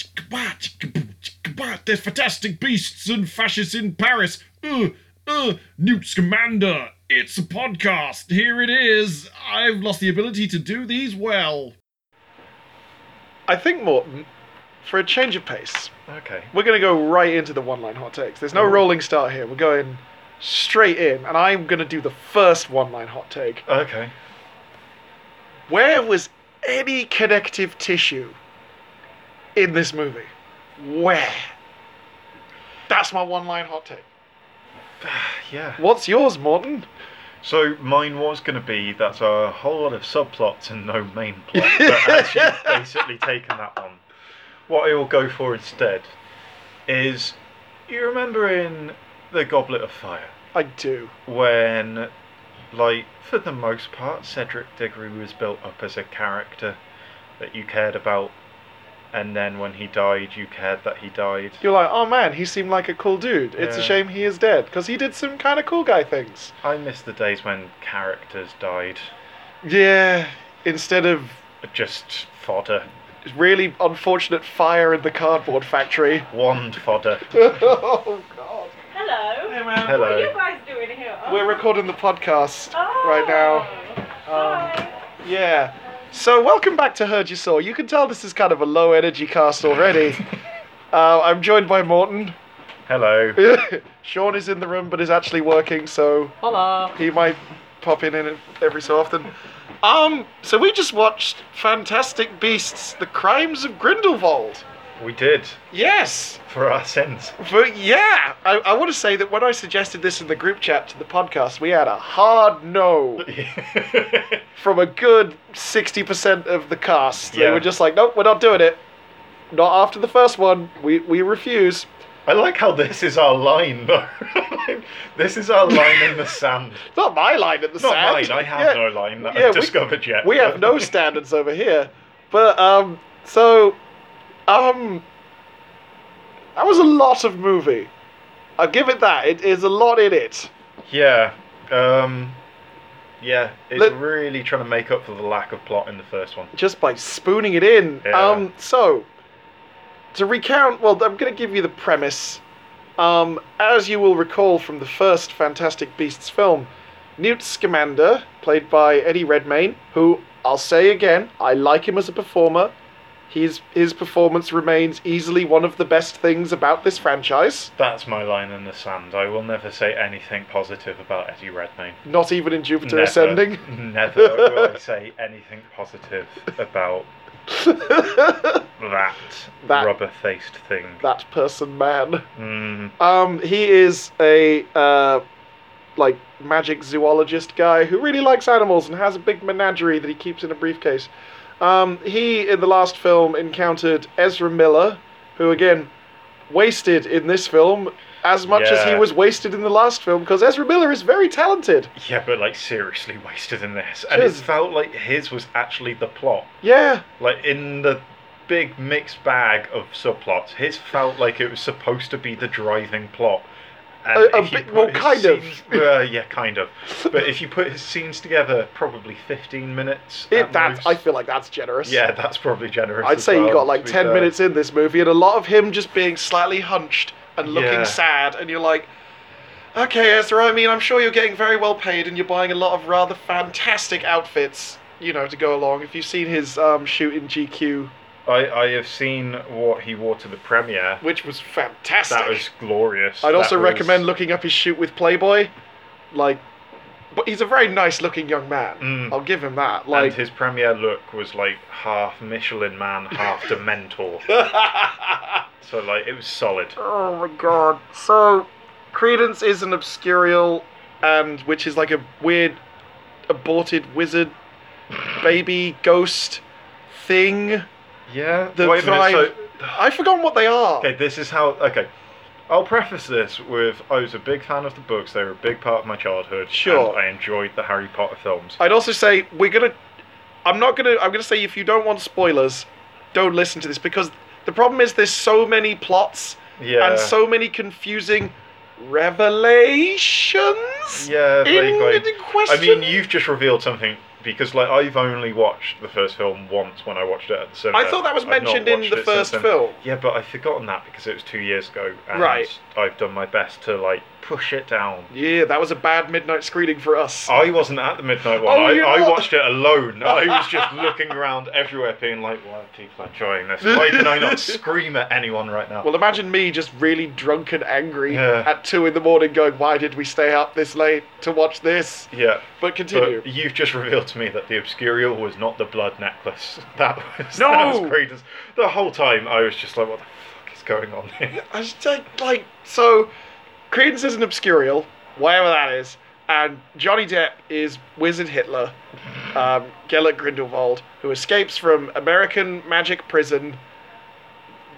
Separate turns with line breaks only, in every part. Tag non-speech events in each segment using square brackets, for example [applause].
Kabat, kaboot, kabat, there's fantastic beasts and fascists in Paris. Uh, uh, Newt Scamander, it's a podcast. Here it is. I've lost the ability to do these well.
I think Morton, for a change of pace,
Okay.
we're going to go right into the one-line hot takes. There's no
Ooh.
rolling start here. We're going straight in, and I'm going to do the first one-line hot take.
Okay.
Where was any connective tissue in this movie? Where? That's my one-line hot take.
Yeah.
What's yours, Morton?
So mine was going to be that's a whole lot of subplots and no main plot, but as you've basically taken that one, what I will go for instead is you remember in the Goblet of Fire
I do.
when, like, for the most part, Cedric Diggory was built up as a character that you cared about, and then when he died, you cared that he died.
You're like, oh man, he seemed like a cool dude. It's a
Yeah.
shame he is dead because he did some kind of cool guy things.
I miss the days when characters died,
Yeah, instead of
just fodder,
really unfortunate fire in the cardboard factory.
wand fodder.
[laughs] oh god.
Hello.
Hey man.
Hello.
What are you guys doing here?
We're recording the podcast
Oh.
right now. Um,
Hi.
yeah. So welcome back to Heard You Saw. You can tell this is kind of a low energy cast [laughs] already. uh, I'm joined by [laughs] Morton.
Hello.
Sean is in the room but is actually working, so
Hola.
he might pop in in every so often. Um, so we just watched Fantastic Beasts: The Crimes of Grindelwald.
We did
Yes.
for our sins. [laughs]
But yeah, I, I want to say that when I suggested this in the group chat to the podcast, we had a hard no from a good 60% of the cast. They
Yeah.
were just like, nope, we're not doing it. Not after the first one. We, we refuse.
I like how this is our line, though. [laughs] this is our line in the
[laughs]
sand.
It's not my line at the
Not
sand.
mine. I have
Yeah.
no line that
Yeah,
I've
we-
discovered
[laughs]
yet.
we have
[laughs]
no standards over here. But um, so um, that was a lot of movie. I'll give it that. It is a lot in it.
yeah. Um. Yeah. It's
Let-
really trying to make up for the lack of plot in the first one.
just by spooning it in.
Yeah.
Um, so to recount, well, I'm going to give you the premise. Um, as you will recall from the first Fantastic Beasts film, Newt Scamander, played by Eddie Redmayne, who I'll say again, I like him as a performer. His his performance remains easily one of the best things about this franchise.
That's my line in the sand. I will never say anything positive about Eddie Redmayne.
Not even in Jupiter
Never,
Ascending. [laughs]
Never will I say anything positive
[laughs]
about that,
That-
rubber-faced thing.
that person, man.
Mm.
Um, he is a uh, like magic zoologist guy who really likes animals and has a big menagerie that he keeps in a briefcase. Um, he in the last film encountered Ezra Miller, who again wasted in this film as much as he
Yeah.
was wasted in the last film because Ezra Miller is very talented.
Yeah, but like seriously wasted in this, and
Cheers.
it felt like his was actually the plot.
Yeah,
Like in the big mixed bag of subplots, his felt like it was supposed to be the driving plot.
A- a
if you
bit-
put
well,
his
kind of.
scenes- uh, yeah, kind of. But if you put his scenes together, probably fifteen minutes.
it,
at
that
most.
I feel like that's generous.
Yeah, that's probably generous.
I'd
as
say you
well,
got like
to be
10
fair.
minutes in this movie and a lot of him just being slightly hunched and looking
Yeah.
sad, and you're like, okay, Ezra, I mean, I'm sure you're getting very well paid and you're buying a lot of rather fantastic outfits, you know, to go along. If you've seen his um, shoot in GQ,
I I have seen what he wore to the premiere.
which was fantastic.
That was glorious.
I'd
That
also
was-
recommend looking up his shoot with Playboy. Like, but he's a very nice looking young man.
Mm.
I'll give him that. Like, [laughs]
and his premiere look was like half Michelin Man, half [laughs] Dementor. So like it was solid.
Oh my god. So, Credence is an obscurial, and which is like a weird, aborted wizard, baby ghost thing.
Yeah.
The
Wait a
thrive-
minute. So,
I've forgotten what they are.
okay, this is how. Okay, I'll preface this with I was a big fan of the books. They were a big part of my childhood.
Sure.
and I enjoyed the Harry Potter films.
I'd also say we're gonna. I'm not gonna. I'm gonna say if you don't want spoilers, don't listen to this because the problem is there's so many plots
yeah.
and so many confusing revelations.
yeah.
in
Vaguely.
the question.
I mean, you've just revealed something because like I've only watched the first film once when I watched it at the cinema.
I thought that was
I've not
mentioned in
watched
the
it since
first
then.
film.
Yeah, but I've forgotten that because it was two years ago, and
Right.
I've done my best to like push it down.
Yeah, that was a bad midnight screening for us.
I wasn't at the midnight one.
Oh,
I,
you're
I
not?
watched it
[laughs]
alone. I was just looking around everywhere, being like, "Why are people enjoying this? Why can
[laughs]
I not scream at anyone right now?"
Well, imagine me just really drunk and angry
Yeah.
at two in the morning, going, "Why did we stay up this late to watch this?"
yeah.
But continue.
But you've just revealed to me that the Obscurial was not the blood necklace. [laughs] That was
No!
that was Credence. The whole time I was just like, what the fuck is going on here?
I just like, like so. Credence is an obscurial, whatever that is, and Johnny Depp is Wizard Hitler, um, Gellert Grindelwald, who escapes from American magic prison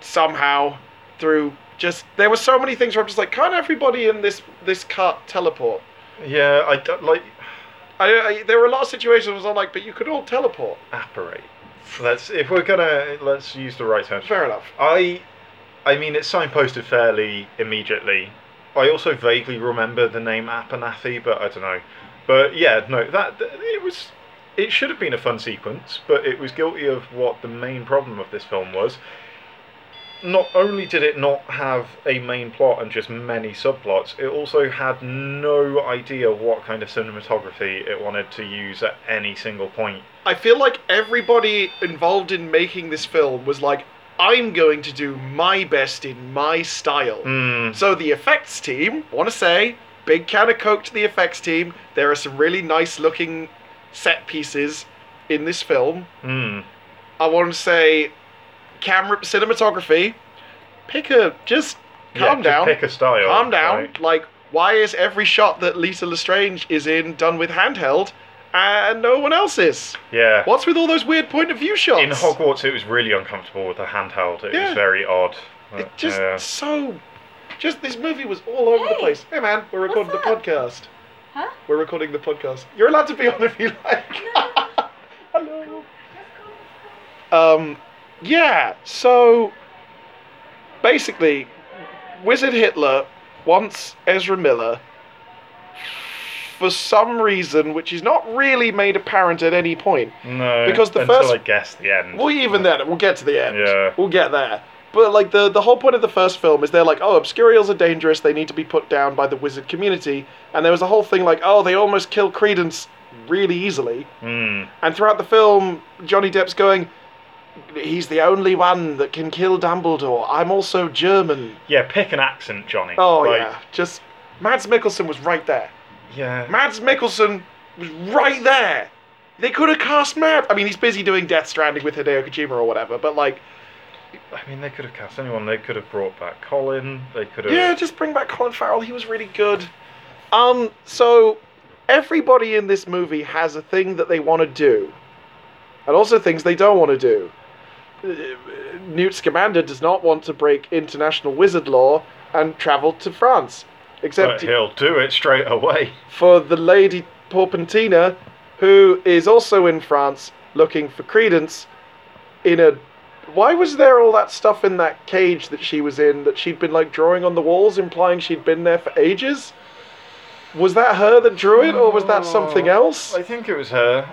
somehow through just. There were so many things where I'm just like, can't everybody in this this cut teleport?
Yeah, I don't like
I, I, there were a lot of situations where I was all like, but you could all teleport.
apparate. Let's if we're gonna let's use the right terms.
Fair enough.
I I mean it's signposted fairly immediately. I also vaguely remember the name Appanathy, but I don't know. But yeah, no, that th- it was it should have been a fun sequence, but it was guilty of what the main problem of this film was. Not only did it not have a main plot and just many subplots, it also had no idea what kind of cinematography it wanted to use at any single point.
I feel like everybody involved in making this film was like, I'm going to do my best in my style.
Hmm.
So the effects team, want to say, big can of coke to the effects team. There are some really nice looking set pieces in this film.
Hmm.
I want to say, camera cinematography. Pick a just
Yeah,
calm
just
down.
Pick a style.
Calm down.
right?
Like, why is every shot that Lisa Lestrange is in done with handheld, and no one else is?
Yeah.
What's with all those weird point of view shots?
In Hogwarts, it was really uncomfortable with the handheld. It
Yeah.
was very odd.
It
But, uh,
just
yeah.
so. Just this movie was all over the
Hey,
place. Hey man, we're recording the
what's up?
podcast.
Huh?
We're recording the podcast. You're allowed to be on if you like. [laughs] Hello. Um, yeah. So basically, Wizard Hitler wants Ezra Miller for some reason, which is not really made apparent at any point.
no.
because the
until
first-
I guess the end.
Well, even then, we'll get to the end.
Yeah.
We'll get there. But like the the whole point of the first film is they're like, oh, obscurials are dangerous. They need to be put down by the wizard community. And there was a whole thing like, oh, they almost kill Credence really easily.
Mm.
And throughout the film, Johnny Depp's going, he's the only one that can kill Dumbledore. I'm also German.
Yeah. Pick an accent, Johnny.
Oh
Like,
yeah, just Mads Mikkelsen was right there.
Yeah.
Mads Mikkelsen was right there. They could have cast Mads. I mean, he's busy doing Death Stranding with Hideo Kojima or whatever, but like,
I mean, they could have cast anyone. They could have brought back Colin. They could have.
Yeah, just bring back Colin Farrell. He was really good. Um, so everybody in this movie has a thing that they want to do, and also things they don't want to do. Uh, Newt Scamander does not want to break international wizard law and travel to France,
But
except
he'll do it straight away.
for the Lady Porpentina, who is also in France looking for credence in a. Why was there all that stuff in that cage that she was in that she'd been like drawing on the walls, implying she'd been there for ages? Was that her that drew it, or was that something
Oh,
else?
I think it was her.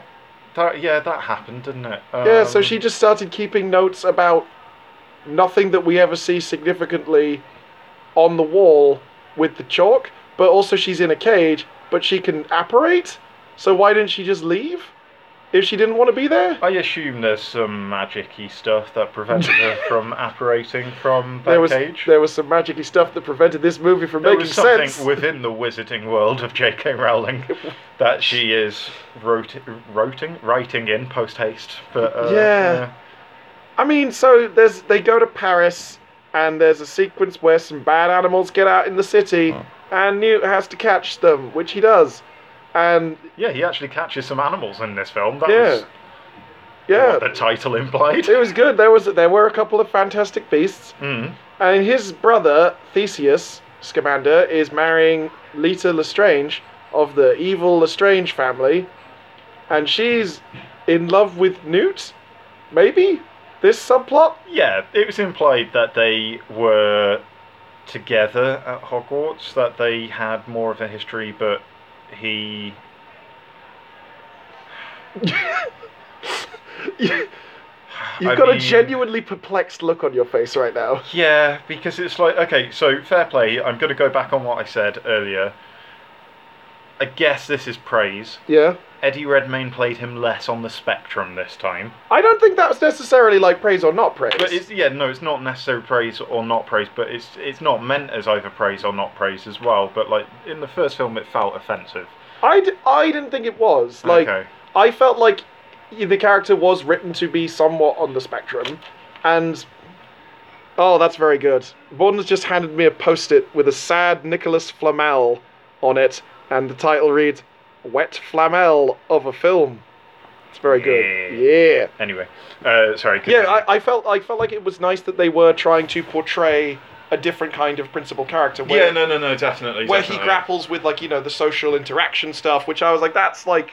That, yeah, that happened, didn't it?
Yeah, so
Um,
she just started keeping notes about nothing that we ever see significantly on the wall with the chalk, but also she's in a cage, but she can apparate. So why didn't she just leave if she didn't want to be there?
I assume there's some magic-y stuff that prevented
[laughs]
her from apparating from that
There was
cage.
there was some magicy stuff that prevented this movie from
There
making
was something
sense.
within the wizarding world of J.K. Rowling that she is wrote, writing, writing in post haste. But uh,
Yeah. I mean, so there's they go to Paris, and there's a sequence where some bad animals get out in the city, and Newt has to catch them, which he does, and
yeah, Yeah, he actually catches some animals in this film. That was
yeah, yeah.
what the title implied.
It was good. There was there were a couple of fantastic beasts,
Mm.
and his brother Theseus Scamander is marrying Lita Lestrange of the evil Lestrange family, and she's in love with Newt. Maybe this subplot. [laughs]
Yeah, it was implied that they were together at Hogwarts, that they had more of a history, but he.
You- You've
I
got a
mean-
genuinely perplexed look on your face right now.
Yeah, because it's like okay, so fair play. I'm going to go back on what I said earlier. I guess this is praise.
Yeah.
Eddie Redmayne played him less on the spectrum this time.
I don't think that's necessarily like praise or not praise.
But it's yeah, no, it's not necessarily praise or not praise, but it's it's not meant as either praise or not praise as well. But like in the first film, it felt offensive.
I, d- I didn't think it was. Like,
okay,
I felt like the character was written to be somewhat on the spectrum, and oh, that's very good. Borden's just handed me a post-it with a sad Nicholas Flamel on it, and the title reads "Wet Flamel of a Film." It's very good. Yeah.
anyway, uh, sorry.
Yeah,
continue.
I, I felt I felt like it was nice that they were trying to portray a different kind of principal character. Where,
yeah, no, no, no, definitely.
where he
definitely.
grapples with like you know the social interaction stuff, which I was like, that's like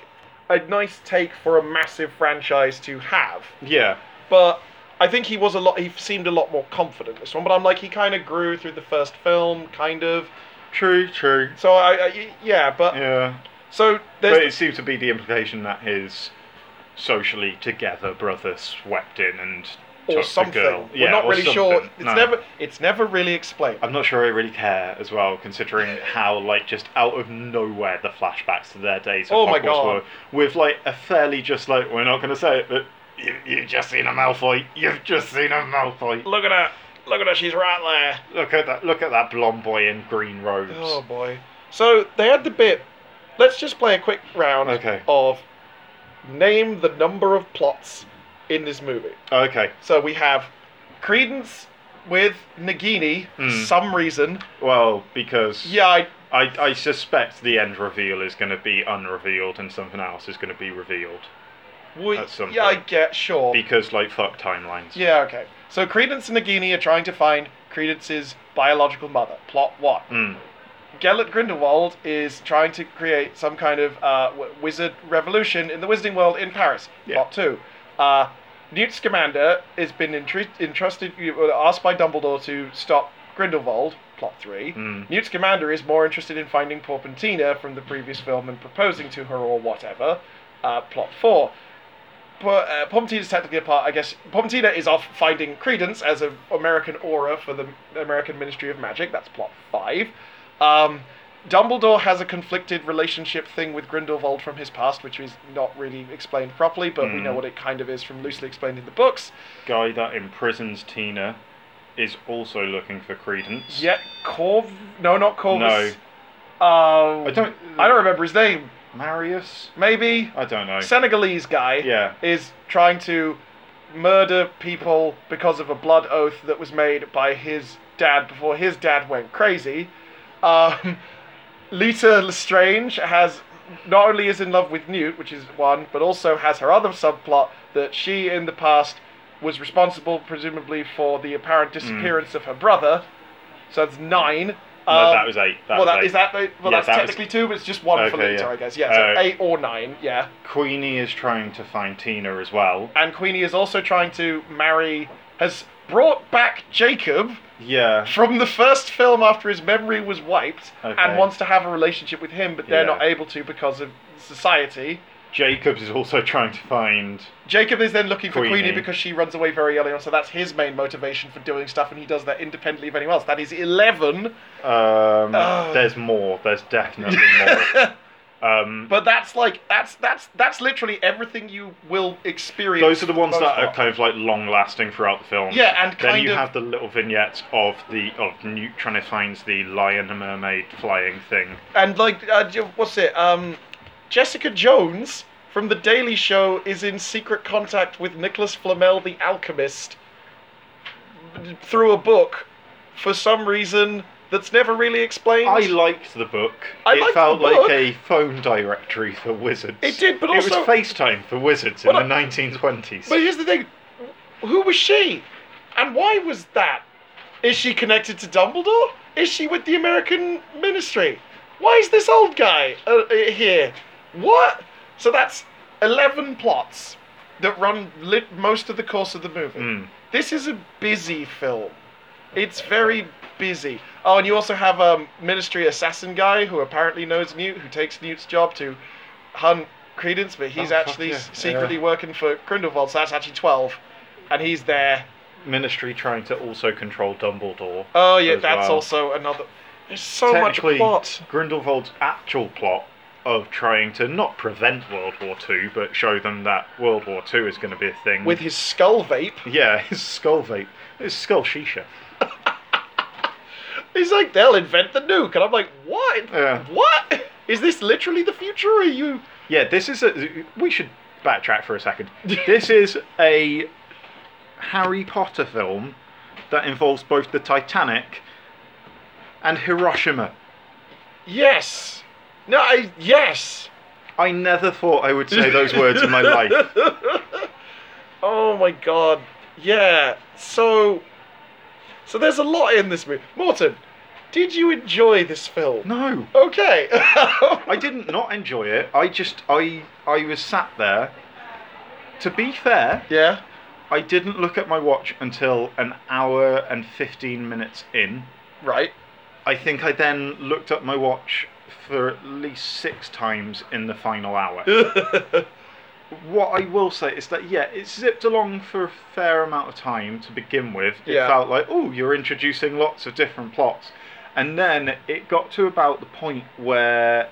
a nice take for a massive franchise to have.
Yeah,
But I think he was a lot. He seemed a lot more confident this one. But I'm like, he kind of grew through the first film, kind of.
true, true.
So I, I y- yeah, but
Yeah,
so
but
there's
it seems to be the implication that his socially together brother swept in and
or
took
something.
the girl.
We're not
or
really sure.
something.
It's
No.
never it's never really explained.
I'm not sure I really care as well, considering how like just out of nowhere the flashbacks to their days. Of
Oh my
Hogwarts
God.
were, with like a fairly just like we're not going to say it, but you, you've just seen a Malfoy. You've just seen a Malfoy.
Look at her. Look at her. She's right there.
Look at that! Look at that blonde boy in green robes.
Oh boy. So they had the bit. Let's just play a quick round
Okay.
of name the number of plots in this movie.
Okay.
So we have Credence with Nagini for
Hmm.
some reason.
Well, because
Yeah, I,
I, I suspect the end reveal is going to be unrevealed and something else is going to be revealed.
we,
At some
yeah, I
point.
get sure.
Because, like, fuck timelines.
yeah, okay. So Credence and Nagini are trying to find Credence's biological mother. Plot one.
Mm.
Gellert Grindelwald is trying to create some kind of uh, w- wizard revolution in the wizarding world in Paris.
Yeah.
Plot two. Uh, Newt Scamander has been entre- entrusted, uh, asked by Dumbledore to stop Grindelwald. Plot three.
Mm.
Newt Scamander is more interested in finding Porpentina from the previous film and proposing to her or whatever. Uh, plot four. Por- uh, Porpentina is technically a part, I guess. Porpentina is off finding credence as an American aura for the American Ministry of Magic. That's plot five. Um, Dumbledore has a conflicted relationship thing with Grindelwald from his past, which is not really explained properly, but we
Mm.
know what it kind of is from loosely explained in the books.
Guy that imprisons Tina is also looking for credence.
Yet Corv, no, not Corvus. No,
I don't.
I don't remember his name.
Marius?
Maybe
I don't know.
Senegalese guy
yeah.
is trying to murder people because of a blood oath that was made by his dad before his dad went crazy. Um, [laughs] Lita Lestrange has not only is in love with Newt, which is one, but also has her other subplot that she in the past was responsible, presumably, for the apparent
Hmm.
disappearance of her brother. So that's nine.
no,
Um,
that was eight. That
well,
was
that,
eight.
is that well,
Yeah,
that's
that was-
technically two, but it's just one for
Okay,
Lita,
yeah.
I guess. Yeah, so
Uh,
eight or nine. Yeah.
Queenie is trying to find Tina as well.
and Queenie is also trying to marry, has brought back Jacob
Yeah.
from the first film after his memory was wiped,
Okay.
and wants to have a relationship with him, but they're
Yeah.
not able to because of society.
Jacobs is also [laughs] trying to find.
Jacob is then looking for Queenie
Queenie.
because she runs away very early on, so that's his main motivation for doing stuff, and he does that independently of anyone else. That is 11,
Um,
Ah.
there's more. There's
[laughs]
definitely more. Um,
but that's like, that's, that's, that's literally everything you will experience.
those are the ones
for
that
most
are
part.
kind of like long lasting throughout the film.
Yeah, and
Then
kind
you
of.
have the little vignettes of the of Newt trying to find the lion and mermaid flying thing.
And like, uh, j- what's it? Um, Jessica Jones from The Daily Show is in secret contact with Nicholas Flamel, the alchemist, through a book for some reason that's never really explained.
I liked the book.
I
it
liked
felt
the book.
like a phone directory for wizards.
it did, but
it
also,
was FaceTime for wizards
Well, I-
in the 1920s.
but here's the thing: who was she, and why was that? Is she connected to Dumbledore? Is she with the American Ministry? Why is this old guy uh, uh, here? What? So that's 11 plots that run lit most of the course of the movie.
Mm.
This is a busy film. It's very busy. Oh, and you also have a um, Ministry assassin guy who apparently knows Newt, who takes Newt's job to hunt Credence, but he's
Oh, fuck
actually
yeah.
s- secretly working for Grindelwald, so that's actually 12. And he's there.
Ministry trying to also control Dumbledore.
Oh, yeah,
as
that's
well.
also another. There's so much
Technically,
plot.
Grindelwald's actual plot of trying to not prevent World War Two, but show them that World War Two is going to be a thing.
With his skull vape.
yeah, [laughs] his skull vape, his skull shisha.
He's like, they'll invent the nuke. And I'm like, what?
Yeah.
What? Is this literally the future? Or are you.
Yeah, this is a. We should backtrack for a second. This is a Harry Potter film that involves both the Titanic and Hiroshima.
Yes. No, I. Yes.
I never thought I would say those words in
[laughs]
my life.
oh my god. Yeah. So. So there's a lot in this movie. Morton, did you enjoy this film?
No.
Okay. [laughs] Oh
I didn't not enjoy it. I just I I was sat there. To be fair,
yeah.
I didn't look at my watch until an hour and 15 minutes in. [laughs]
Right.
I think I then looked at my watch for at least 6 times in the final hour. what I will say is that yeah, it zipped along for a fair amount of time to begin with. It
Yeah.
felt like oh, you're introducing lots of different plots, and then it got to about the point where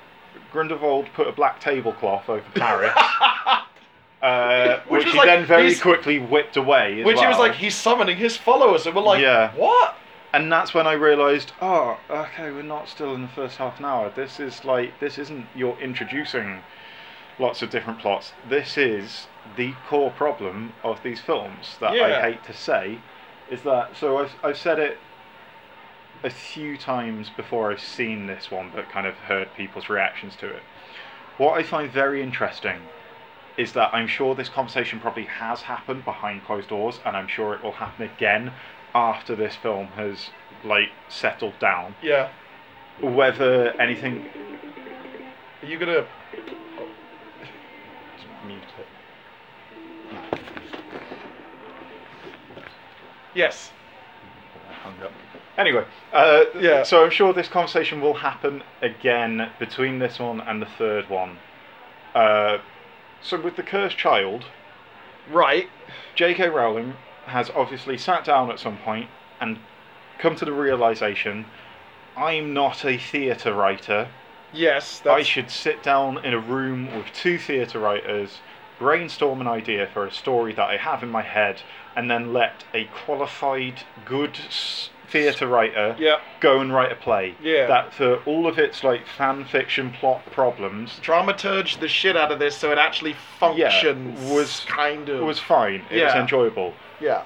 Grindelwald put a black tablecloth over Paris,
[laughs]
uh,
Which
which,
was
he
like,
then very
he's-
quickly whipped away. as
Which he was
well.
like, he's summoning his followers, and we're like,
Yeah.
what?
and that's when I realised, oh, okay, we're not still in the first half an hour. This is like this isn't you're introducing lots of different plots. This is the core problem of these films that
Yeah.
I hate to say, is that so I've I've said it a few times before I've seen this one, but kind of heard people's reactions to it. What I find very interesting is that I'm sure this conversation probably has happened behind closed doors, and I'm sure it will happen again after this film has like settled down.
Yeah.
Whether anything
Are you gonna.
mute it.
Yes.
Anyway, uh,
Yeah.
So I'm sure this conversation will happen again between this one and the third one. Uh, so with the cursed child,
Right.
J.K. Rowling has obviously sat down at some point and come to the realization: I'm not a theatre writer.
Yes.
I
That's...
should sit down in a room with two theatre writers, brainstorm an idea for a story that I have in my head, and then let a qualified, good s- theatre writer
Yeah.
go and write a play.
Yeah.
That for all of its like fan fiction plot problems
Dramaturge the shit out of this so it actually functions.
was-
kind of.
was fine. It was
Yeah.
enjoyable.
yeah.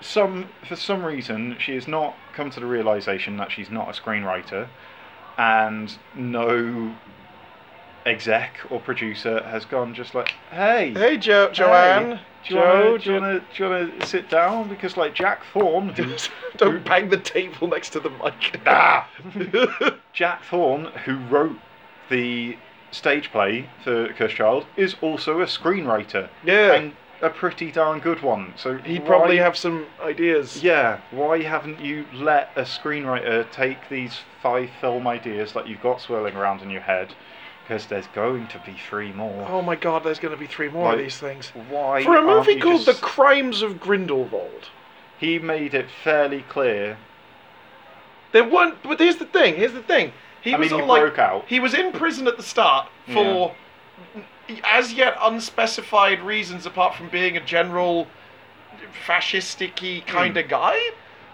Some for some reason she has not come to the realization that she's not a screenwriter, and no exec or producer has gone just like, hey,
Hey, jo- Joanne.
Do you, wanna,
Joe,
do, you wanna, do you wanna sit down? Because like Jack Thorne, who,
[laughs]
[laughs]
Don't bang the table next to the mic.
Ah! Jack Thorne, who wrote the stage play for Cursed Child, is also a screenwriter
[laughs] yeah.
and a pretty darn good one. So
He'd probably
why-
have some ideas.
Yeah, why haven't you let a screenwriter take these five film ideas that you've got swirling around in your head? Because there's going to be three more.
Oh my god, there's going to be three more of
Like,
these things.
Why?
For a
aren't
movie
you
called
just-
The Crimes of Grindelwald,
he made it fairly clear.
there weren't. But here's the thing. Here's the thing. He
I
was
mean, he
all like
broke out.
he was in prison at the
[laughs]
start for as yet unspecified reasons, apart from being a general fascisticy
Hmm.
kind of guy.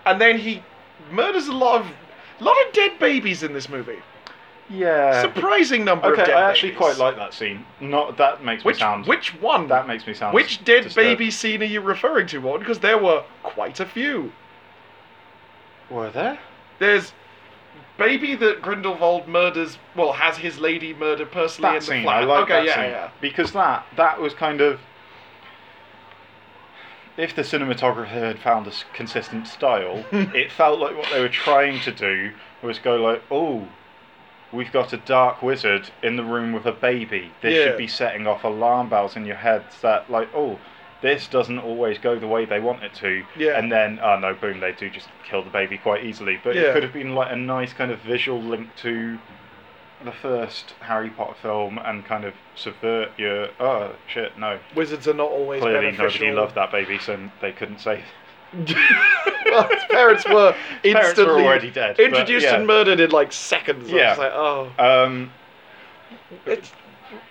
And then he murders a lot of lot of dead babies in this movie.
Yeah.
Surprising number of
Uh, Okay,
dead
I actually
babies.
quite like that scene. Not that makes
which
me sound.
which one
that makes me sound.
Which dead
disturbed.
baby scene are you referring to, Morton? Because there were quite a few.
were there?
There's baby that Grindelwald murders, well, has his lady murder personally in
That
the
scene,
flat.
I like
okay,
that
yeah,
scene
yeah.
because that that was kind of. If the cinematographer had found a s- consistent
[laughs]
style, it felt like what they were trying to do was go like, "Oh, we've got a dark wizard in the room with a baby. This
Yeah.
should be setting off alarm bells in your head that like, oh, this doesn't always go the way they want it to.
Yeah.
And then, oh no, boom, they do just kill the baby quite easily. But
Yeah.
it could have been like a nice kind of visual link to the first Harry Potter film and kind of subvert your oh shit no
Wizards are not always
clearly
beneficial.
nobody
[laughs]
loved that baby so they couldn't say
well, his parents were instantly
[laughs] parents were already dead but
introduced
yeah.
and murdered in like seconds. I
Yeah.
was like, oh,
um,
it's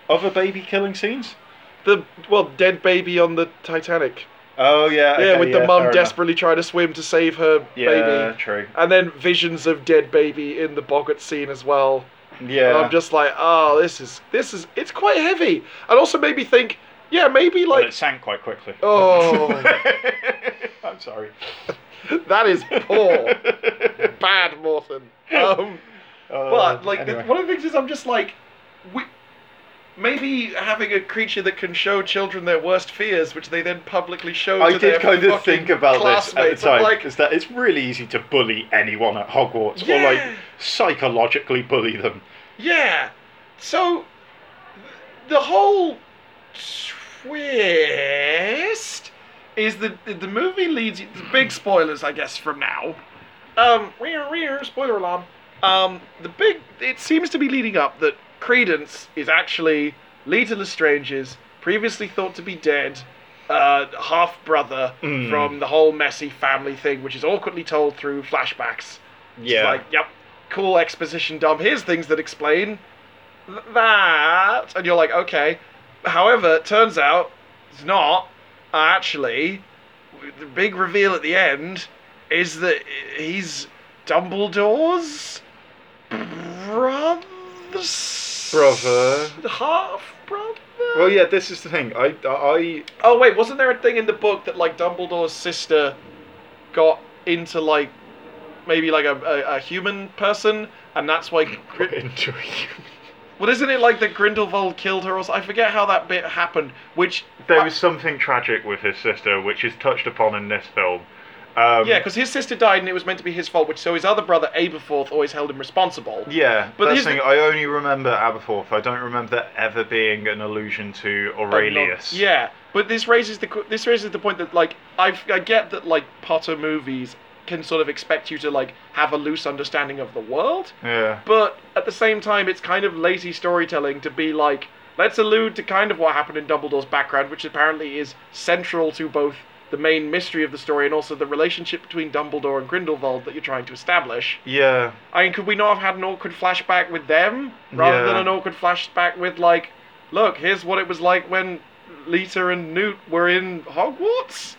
other baby killing scenes
the well dead baby on the Titanic.
oh yeah
yeah,
okay,
with the mum
fair
desperately trying to swim to save her
enough. yeah
baby.
true
And then visions of dead baby in the boggart scene as well. And
yeah
I'm just like, oh, this is this is it's quite heavy. And also made me think, yeah, maybe
Well,
like
it sank quite quickly
Oh.
[laughs] I'm sorry
[laughs]
Uh,
that is
[laughs]
poor, bad Morton. Um, but like the-
anyway.
one of the things is, I'm just like, we, maybe having a creature that can show children their worst fears, which they then publicly show.
I
to
did
their
kind of
fucking
think about this at the
classmates. I'm
time
Like,
is that it's really easy to bully anyone at Hogwarts or
Yeah.
like psychologically bully them.
Yeah. So the whole twist is that the, the movie leads you the big spoilers, I guess, from now. Um, rear, rear, spoiler alarm. Um, the big it seems to be leading up that Credence is actually Lita Lestrange's previously thought to be dead uh, half brother
Mm.
from the whole messy family thing, which is awkwardly told through flashbacks. Yeah. Like, yep, cool exposition dump. Here's things that explain th- that. And you're like, okay. However, it turns out it's not. Actually, the big reveal at the end is that he's Dumbledore's brother.
Brother.
Half brother?
well, yeah, this is the thing. I, I,
Oh, wait, wasn't there a thing in the book that, like, Dumbledore's sister got into, like, maybe, like, a, a, a human person? And that's why
I enjoy you.
Well, isn't it like that Grindelwald killed her? Or so? I forget how that bit happened. Which
There was something tragic with his sister, which is touched upon in this film. Um,
yeah, because his sister died and it was meant to be his fault. Which so his other brother Aberforth always held him responsible.
Yeah,
But
but
here's
that's the thing. I only remember Aberforth. I don't remember there ever being an allusion to Aurelius.
Yeah, but this raises the qu- this raises the point that like I I get that like Potter movies can sort of expect you to like have a loose understanding of the world,
yeah.
but at the same time it's kind of lazy storytelling to be like let's allude to kind of what happened in Dumbledore's background, which apparently is central to both the main mystery of the story and also the relationship between Dumbledore and Grindelwald that you're trying to establish.
Yeah.
I mean, could we not have had an awkward flashback with them rather
Yeah.
than an awkward flashback with like, look, here's what it was like when Lita and Newt were in Hogwarts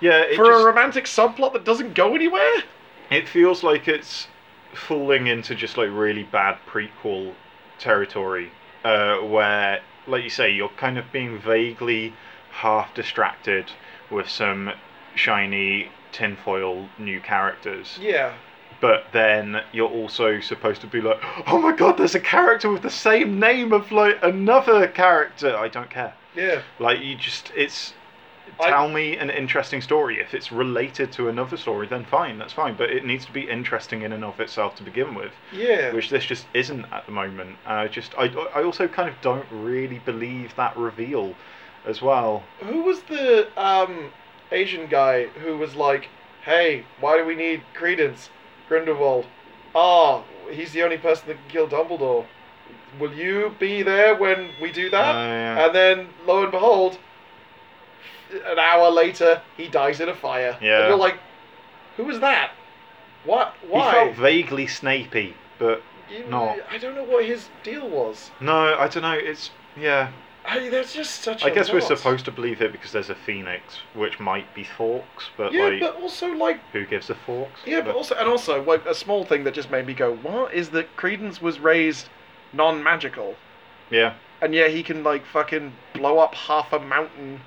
Yeah. It
for
just-
a romantic subplot that doesn't go anywhere.
It feels like it's falling into just like really bad prequel territory, uh, where, like you say, you're kind of being vaguely half distracted with some shiny tinfoil new characters,
Yeah.
but then you're also supposed to be like, oh my god, there's a character with the same name of like another character. I don't care.
Yeah.
Like you just, it's.
I-
Tell me an interesting story. If it's related to another story, then fine, that's fine. But it needs to be interesting in and of itself to begin with,
Yeah.
which this just isn't at the moment. Uh, just I, I also kind of don't really believe that reveal, as well.
Who was the um Asian guy who was like, "Hey, why do we need Credence, Grindelwald? Ah, he's the only person that can kill Dumbledore. Will you be there when we do that?"
Uh, yeah.
And then, lo and behold, an hour later, he dies in a fire. And
Yeah.
you're like, who was that? What?
He felt
Why?
vaguely snapey, but
You-
not.
I don't know what his deal was.
no, I don't know. It's yeah.
I mean, that's just such.
I
a
guess we're
lot.
supposed to believe it because there's a phoenix, which might be Forks, but
Yeah,
like,
but also like.
who gives a Forks?
Yeah, but also and also like a small thing that just made me go, what is that? Credence was raised non-magical,
yeah.
and yet he can like fucking blow up half a mountain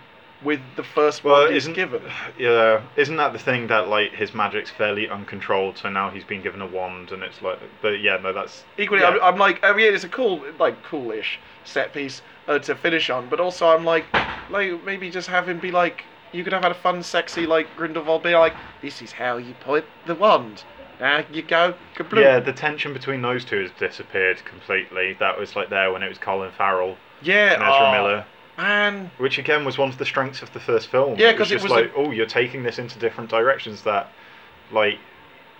with the first
Well,
word he's
isn't- [sighs]
given.
Yeah, isn't that the thing that like his magic's fairly uncontrolled, so now he's been given a wand, and it's like, but yeah, no, that's
Equally,
Yeah.
I'm, I'm like, I mean, it's a cool, like, coolish set piece uh, to finish on, but also I'm like, like maybe just have him be like, you could have had a fun, sexy, like Grindelwald be like, this is how you point the wand. Now you go, kabloom.
yeah, the tension between those two has disappeared completely. That was like there when it was Colin Farrell
yeah,
and Ezra
aw,
Miller,
man.
which again was one of the strengths of the first film.
Yeah,
It
'cause it
just
was
like, oh, you're taking this into different directions that, like,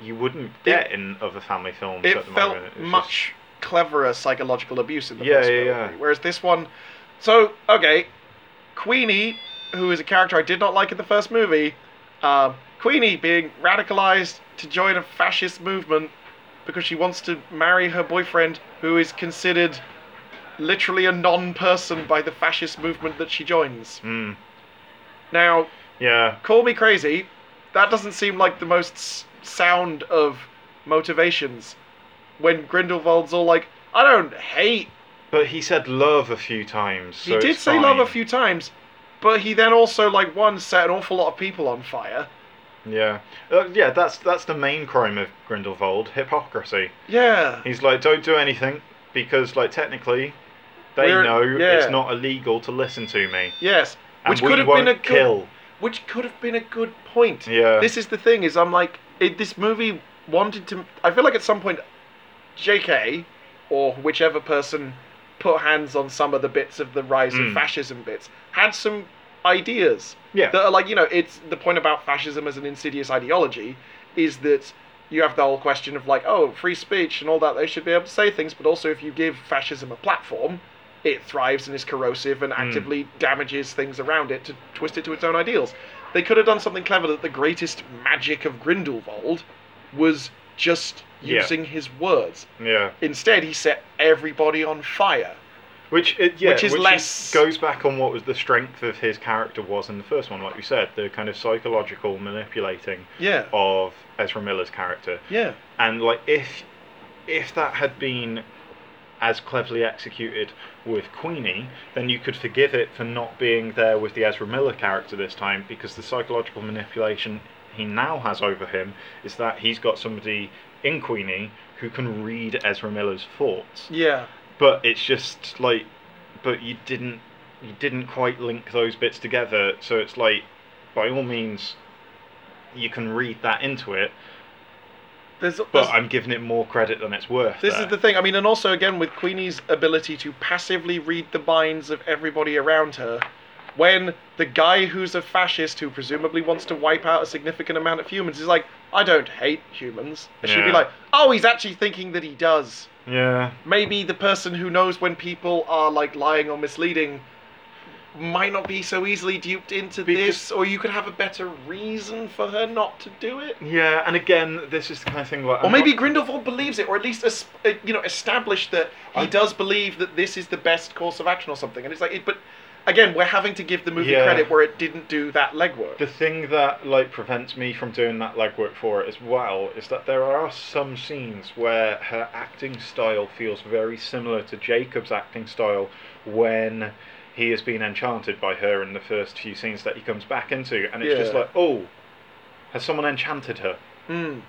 you wouldn't get in other family films.
It
at the
felt
moment. It's just-
much cleverer psychological abuse in the
Yeah,
first
yeah,
movie.
yeah.
Whereas this one, so okay, Queenie, who is a character I did not like in the first movie, um, Queenie being radicalized to join a fascist movement because she wants to marry her boyfriend, who is considered literally a non-person by the fascist movement that she joins.
Hmm.
Now,
Yeah.
call me crazy. That doesn't seem like the most s- sound of motivations. When Grindelwald's all like, I don't hate.
But he said love a few times. So
he did
it's
say love a
fine.
few times, but he then also like one set an awful lot of people on fire.
Yeah. Uh, yeah, that's that's the main crime of Grindelwald hypocrisy.
Yeah.
He's like, don't do anything because, like, technically, they
We're-
know
yeah.
it's not illegal to listen to me,
Yes.
and
Which
we
could have
won't
been a good,
kill.
which could have been a good point.
Yeah.
This is the thing is I'm like it, this movie wanted to I feel like at some point JK or whichever person put hands on some of the bits of the rise of
Mm.
fascism bits had some ideas
yeah.
that are like you know it's the point about fascism as an insidious ideology is that you have the whole question of like oh free speech and all that they should be able to say things but also if you give fascism a platform it thrives and is corrosive
Hmm.
and actively damages things around it to twist it to its own ideals they could have done something clever that the greatest magic of grindelwald was just
Yeah.
using his words
yeah.
instead he set everybody on fire
Which it, yeah,
Which is less-
goes back on what was the strength of his character was in the first one, like we said, the kind of psychological manipulating
yeah
of Ezra Miller's character,
yeah
and like if if that had been as cleverly executed with Queenie, then you could forgive it for not being there with the Ezra Miller character this time because the psychological manipulation he now has over him is that he's got somebody in Queenie who can read Ezra Miller's thoughts
yeah
but it's just like but you didn't you didn't quite link those bits together so it's like by all means you can read that into it
there's,
but
there's
i'm giving it more credit than it's worth
This
is
is the thing. I mean, and also again with Queenie's ability to passively read the minds of everybody around her, when the guy who's a fascist who presumably wants to wipe out a significant amount of humans is like, I don't hate humans. And she'd be
Yeah.
like, Oh, he's actually thinking that he does.
yeah
Maybe the person who knows when people are like lying or misleading might not be so easily duped into
Because-
this, or you could have a better reason for her not to do it.
yeah and again this is the kind of thing like
Or maybe Grindelwald believes it, or at least es- uh, you know established that he
I-
does believe that this is the best course of action or something. And it's like, it, but again, we're having to give the movie
Yeah.
credit where it didn't do that legwork.
the thing that like prevents me from doing that legwork for it as well is that there are some scenes where her acting style feels very similar to Jacob's acting style when he has been enchanted by her in the first few scenes that he comes back into, and it's just
Yeah.
like, oh, has someone enchanted her?
Hmm.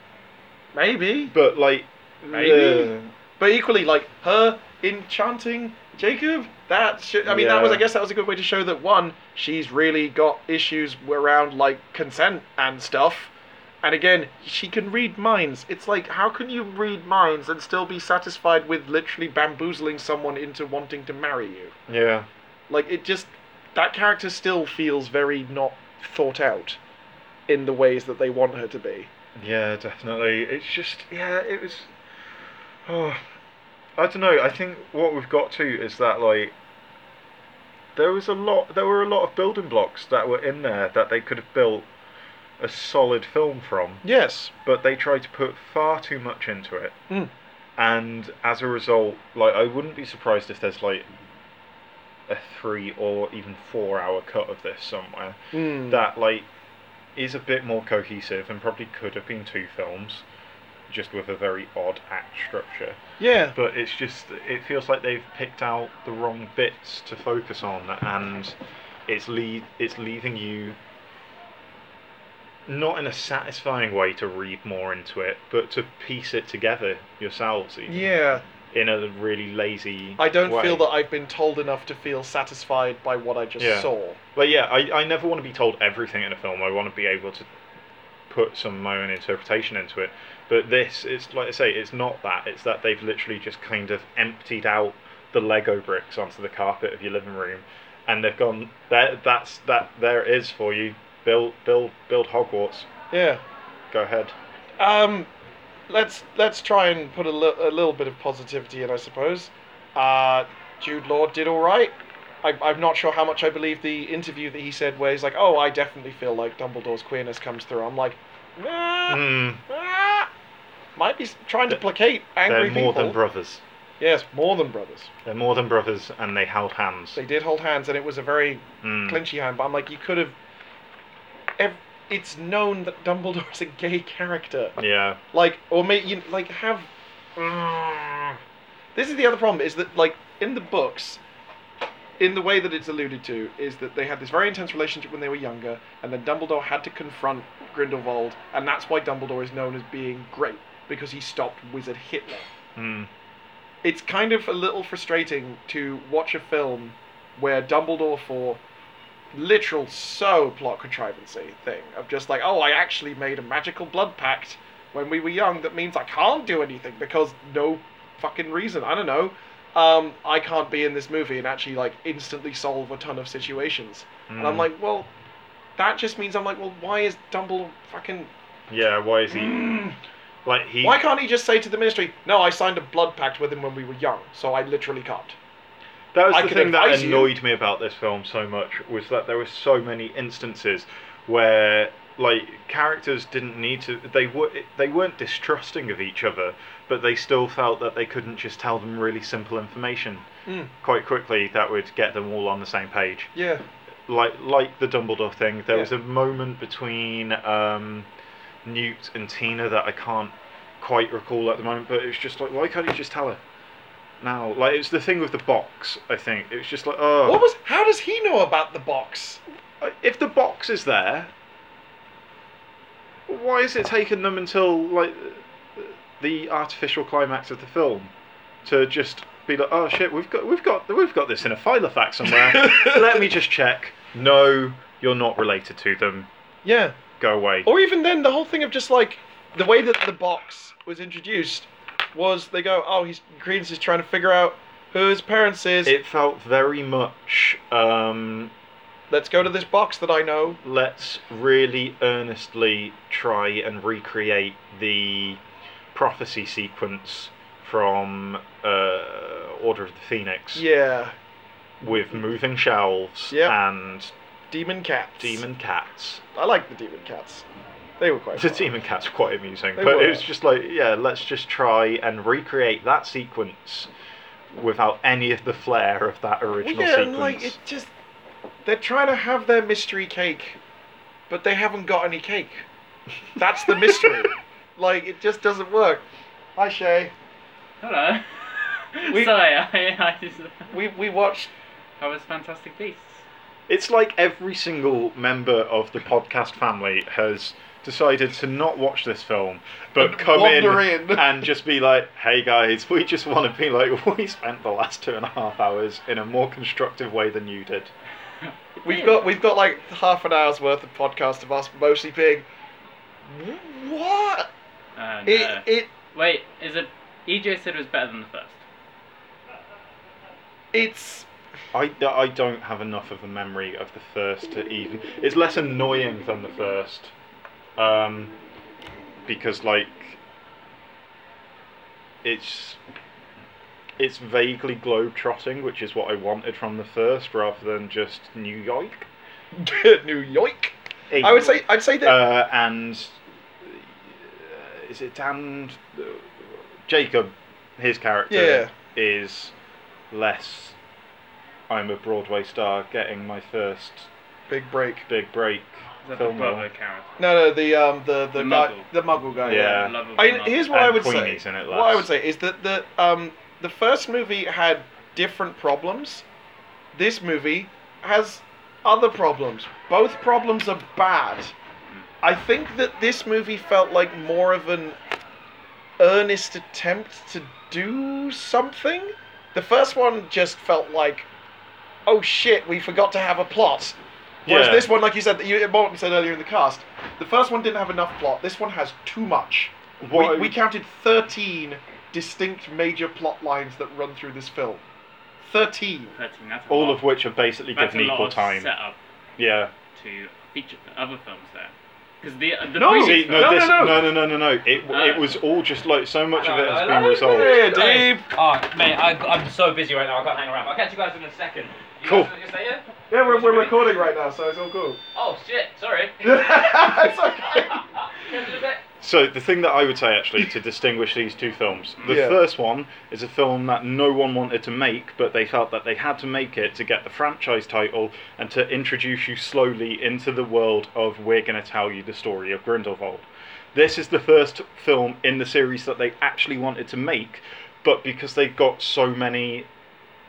Maybe,
But like,
Maybe.
uh,
but equally, like her enchanting Jacob. That sh- I mean, that
Yeah.
was I guess that was a good way to show that one, she's really got issues around like consent and stuff. And again, she can read minds. It's like, how can you read minds and still be satisfied with literally bamboozling someone into wanting to marry you?
yeah,
Like it just that character still feels very not thought out in the ways that they want her to be.
yeah, definitely. It's just, yeah, it was. Oh, I don't know. I think what we've got to is that like there was a lot. There were a lot of building blocks that were in there that they could have built a solid film from,
Yes.
but they tried to put far too much into it.
Hmm.
And as a result, like I wouldn't be surprised if there's like a three or even four hour cut of this somewhere
Mm.
that like is a bit more cohesive and probably could have been two films just with a very odd act structure
Yeah.
but it's just it feels like they've picked out the wrong bits to focus on and it's lead it's leaving you not in a satisfying way to read more into it but to piece it together yourselves even,
Yeah.
in a really lazy
I don't
way.
feel that I've been told enough to feel satisfied by what I just
Yeah.
saw.
But yeah, I, I never want to be told everything in a film. I want to be able to put some of my own interpretation into it. But this, it's like I say, it's not that. It's that they've literally just kind of emptied out the Lego bricks onto the carpet of your living room, and they've gone there. That's that. There it is for you. Build, build, build Hogwarts.
Yeah.
Go ahead.
Um, let's let's try and put a, li- a little bit of positivity in, I suppose. Uh, Jude Law did all right. I, I'm not sure how much I believe the interview that he said, where he's like, "Oh, I definitely feel like Dumbledore's queerness comes through." I'm like, nah,
Mm,
nah. might be s- trying to placate angry
they're more
people.
than brothers.
yes, more than brothers.
They're more than brothers, and they held hands.
They did hold hands, and it was a very
Mm.
clinchy hand. But I'm like, you could have. Ev- it's known that Dumbledore's a gay character.
Yeah.
Like, or maybe you like have. mm. This is the other problem: is that like in the books, in the way that it's alluded to, is that they had this very intense relationship when they were younger, and then Dumbledore had to confront Grindelwald, and that's why Dumbledore is known as being great because he stopped Wizard Hitler
Mm.
it's kind of a little frustrating to watch a film where Dumbledore for literal so plot contrivancy thing of just like, oh, I actually made a magical blood pact when we were young that means I can't do anything because no fucking reason. I don't know. Um, I can't be in this movie and actually like instantly solve a ton of situations. And I'm
Mm.
like, well, that just means I'm like, well, why is Dumbledore fucking?
Yeah. Why is he like he?
Why can't he just say to the Ministry, no, I signed a blood pact with him when we were young, so I literally can't.
That was
I
the
could
thing that
advise you-
annoyed me about this film so much was that there were so many instances where like characters didn't need to they were they weren't distrusting of each other but they still felt that they couldn't just tell them really simple information
Mm.
quite quickly that would get them all on the same page
Yeah.
like like the Dumbledore thing there
Yeah.
was a moment between um, Newt and Tina that I can't quite recall at the moment but it was just like why can't you just tell her now like it's the thing with the box I think it was just like oh
What was? How does he know about the
[laughs]
box?
if the box is there, why is it taking them until like the artificial climax of the film to just be like, oh shit, we've got we've got we've got this in a file of facts somewhere.
[laughs]
Let me just check. No, you're not related to them.
Yeah.
Go away.
Or even then, the whole thing of just like the way that the box was introduced was they go, oh, he's Credence is trying to figure out who his parents is.
It felt very much. Um,
Let's go to this box that I know.
let's really earnestly try and recreate the prophecy sequence from uh, Order of the Phoenix
Yeah.
with moving shelves
Yep.
and
Demon cats.
demon cats.
I like the demon cats. They were quite.
[laughs] The
fun.
demon cats were quite amusing,
They
but
were.
it was just like, yeah, let's just try and recreate that sequence without any of the flair of that
Well,
original
yeah, and
sequence.
like it just. They're trying to have their mystery cake, but they haven't got any cake. That's the
[laughs]
mystery. like it just doesn't work. Hi Shay.
Hello.
We-
Sorry, I, I just.
We we watched
I was Fantastic Beasts.
It's like every single member of the podcast family has decided to not watch this film, but come
Wander
in,
in.
[laughs] and just be like, "Hey guys, we just want to be like, [laughs] we spent the last two and a half hours in a more constructive way than you did."
We've got we've got like half an hour's worth of podcast of us mostly being what
Oh, no.
it it
Wait, is it. EJ said it was better than the first.
it's
I, I don't have enough of a memory of the first to even. It's less annoying than the first, um, because like it's it's vaguely globe trotting, which is what I wanted from the first, rather than just New York.
[laughs] New York. I would say I'd say that
uh, and uh, is it Dan uh, Jacob? His character is less. I'm a Broadway star getting my first
big break.
big break.
Is that
Film
the brother
one.
character?
No, no, the um the the guy,
The Muggle.
the Muggle guy.
Yeah.
The love of
I,
the mother.
here's what I
And
would say.
Queenie's in it.
What I
last.
would say is that the um the first movie had different problems. This movie has other problems. Both problems are bad. I think that this movie felt like more of an earnest attempt to do something. The first one just felt like, oh shit, we forgot to have a plot. Whereas
Yeah.
this one, like you said, that you Morton said earlier in the cast, the first one didn't have enough plot. This one has too much.
What I-
We, we counted 13 distinct major plot lines that run through this film. 13.
13, that's a
all
lot.
of which are basically
that's
given
a lot
equal
of
time.
setup
Yeah,
to feature other films there. Because the the
No,
previous
See,
film-
no,
No,
this,
no,
no,
no.
no, no, no, no, no. It, it was all just like so much of it has been resolved.
Yeah, Dave.
Alright, Oh, mate, I, I'm so busy right now, I can't hang around. But I'll catch you guys in a second. You
Cool.
Guys, wanna just stay here?
Yeah, we're, we're recording right now, so it's all cool. [laughs]
Oh, shit, sorry.
it's okay.
Catch you in a bit.
So the thing that I would say actually to distinguish these two films, the
Yeah.
first one is a film that no one wanted to make, but they felt that they had to make it to get the franchise title and to introduce you slowly into the world of we're going to tell you the story of Grindelwald. This is the first film in the series that they actually wanted to make, but because they got so many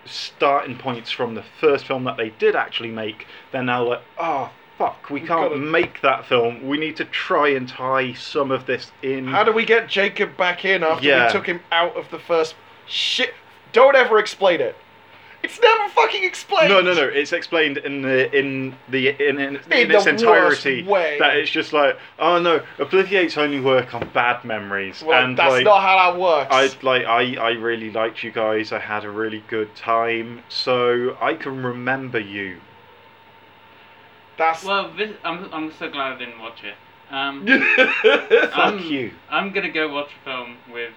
starting points from the first film that they did actually make, they're now like, oh, fuck, we
We've
can't
gotta-
make that film. We need to try and tie some of this in.
How do we get Jacob back in after
Yeah.
we took him out of the first shit? Don't ever explain it. It's never fucking explained.
no, no, no. It's explained in the in the in in, in,
In the
its entirety
worst way.
that it's just like, oh no, obliviates only work on bad memories,
Well,
and
that's
like,
not how that works.
I like I, I really liked you guys. I had a really good time, so I can remember you.
That's [laughs]
Well, this, I'm I'm so glad I didn't watch it. Um,
Fuck
I'm-
Mm.
you.
I'm gonna go watch a film with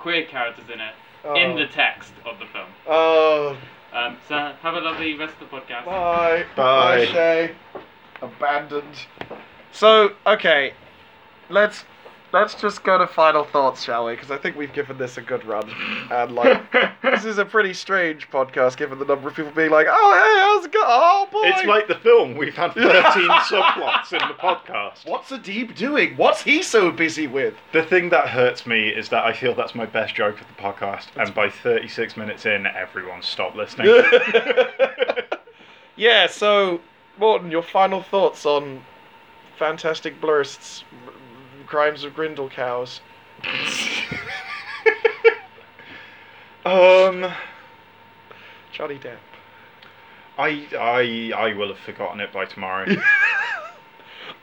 queer characters in it in the text of the film.
Oh,
Um, so have a lovely rest of the podcast.
bye.
Bye.
Shay. Abandoned. So okay, let's let's just go to final thoughts, shall we? Because I think we've given this a good run, and like [laughs] this is a pretty strange podcast given the number of people being like, "Oh hey, how's it going? Oh boy."
It's like the film. We've had
[laughs]
thirteen subplots in the podcast.
What's Adib doing? What's he so busy with?
The thing that hurts me is that I feel that's my best joke of the podcast, and by 36 minutes in, everyone stopped listening.
[laughs] yeah, so Morton, your final thoughts on Fantastic Blurst's R- R- Crimes of Grindel Cows?
um,
Johnny Depp.
I, I, I will have forgotten it
[laughs]
by tomorrow.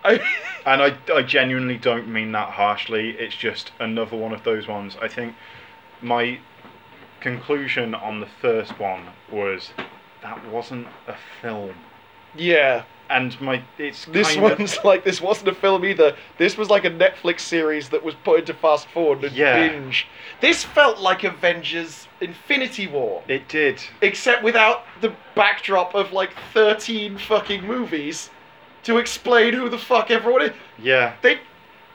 I,
and I, I genuinely don't mean that harshly. It's just another one of those ones. I think my conclusion on the first one was that wasn't a film.
yeah,
And my, it's
this
kind of,
one's like this wasn't a film either. This was like a Netflix series that was put into fast forward and
Yeah.
binge. This felt like Avengers: Infinity War,
it did.
except without the backdrop of like thirteen fucking movies to explain who the fuck everyone is.
Yeah.
They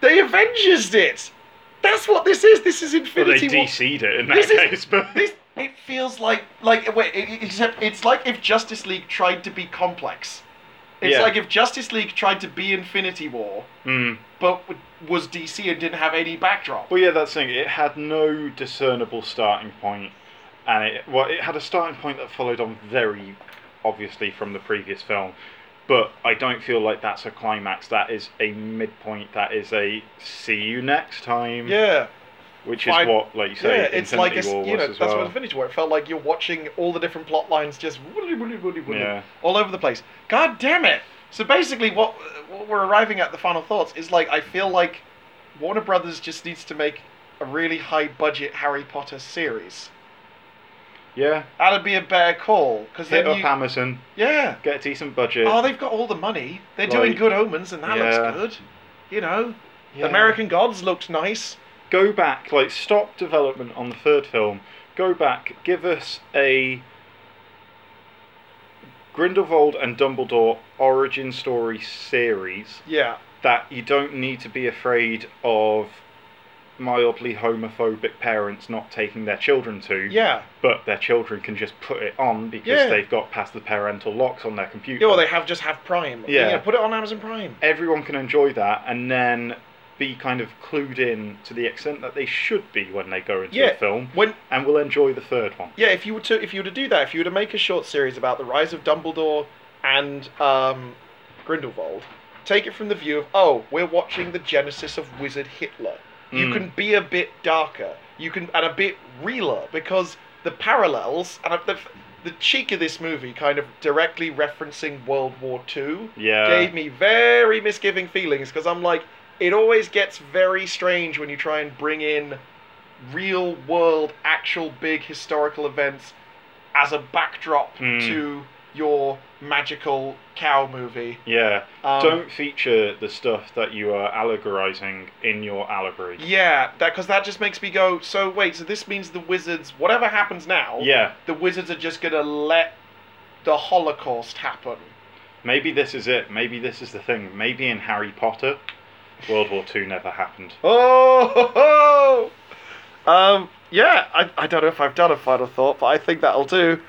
they Avengers it. That's what this is. This is
Well, they
Infinity War.
DC'd it in that
This is-
case, but [laughs]
This it feels like like wait, e- e- except it's like if Justice League tried to be complex. It's
Yeah.
like if Justice League tried to be Infinity War,
Mm.
but w- was DC and didn't have any backdrop.
Well, yeah, that's the thing. It had no discernible starting point, and it well, it had a starting point that followed on very obviously from the previous film, but I don't feel like that's a climax. That is a midpoint. That is a see you next time.
Yeah,
Which
I-
is what, like you say,
yeah.
Infinity
It's like a, s-
War
you know
was as
that's what
well.
Infinity War. It felt like you're watching all the different plot lines just woolly, woolly, woolly, woolly,
Yeah.
all over the place. God damn it! So basically, what what we're arriving at the final thoughts is like I feel like Warner Brothers just needs to make a really high budget Harry Potter series.
Yeah.
That'd be a better call because
Hit
then
up
you,
Amazon,
yeah.
get a decent budget.
Oh, they've got all the money. They're doing
Like-
Good Omens, and that
Yeah.
looks good. You know,
Yeah.
American Gods looked nice.
go back, like stop development on the third film. Go back, give us a Grindelwald and Dumbledore origin story series
Yeah.
that you don't need to be afraid of mildly homophobic parents not taking their children to,
Yeah.
but their children can just put it on because
Yeah.
they've got past the parental locks on their computer.
Yeah. Well, they have just have Prime.
Yeah.
Put it on Amazon Prime.
Everyone can enjoy that and then be kind of clued in to the extent that they should be when they go into
Yeah.
a film
When
and we'll enjoy the third one.
yeah, if you were to if you were to do that, if you were to make a short series about the rise of Dumbledore and um, Grindelwald, take it from the view of oh, we're watching the genesis of Wizard Hitler. You
Mm.
can be a bit darker. You can and a bit realer because the parallels and the the cheek of this movie kind of directly referencing World War Two
Yeah.
gave me very misgiving feelings because I'm like, it always gets very strange when you try and bring in real world, actual big historical events as a backdrop
Hmm.
to your magical cow movie.
Yeah.
Um,
Don't feature the stuff that you are allegorizing in your allegory.
Yeah, that because that just makes me go. So wait, so this means the wizards, whatever happens now,
Yeah.
the wizards are just gonna let the Holocaust happen.
Maybe this is it. Maybe this is the thing. Maybe in Harry Potter, World War Two never happened.
Oh, ho, ho. um, yeah. I, I don't know if I've done a final thought, but I think that'll do.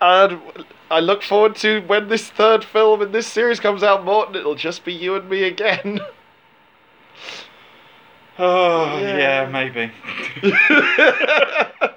And I look forward to when this third film in this series comes out, Morton. It'll just be you and me again. [laughs] Oh,
Oh,
Yeah.
yeah maybe.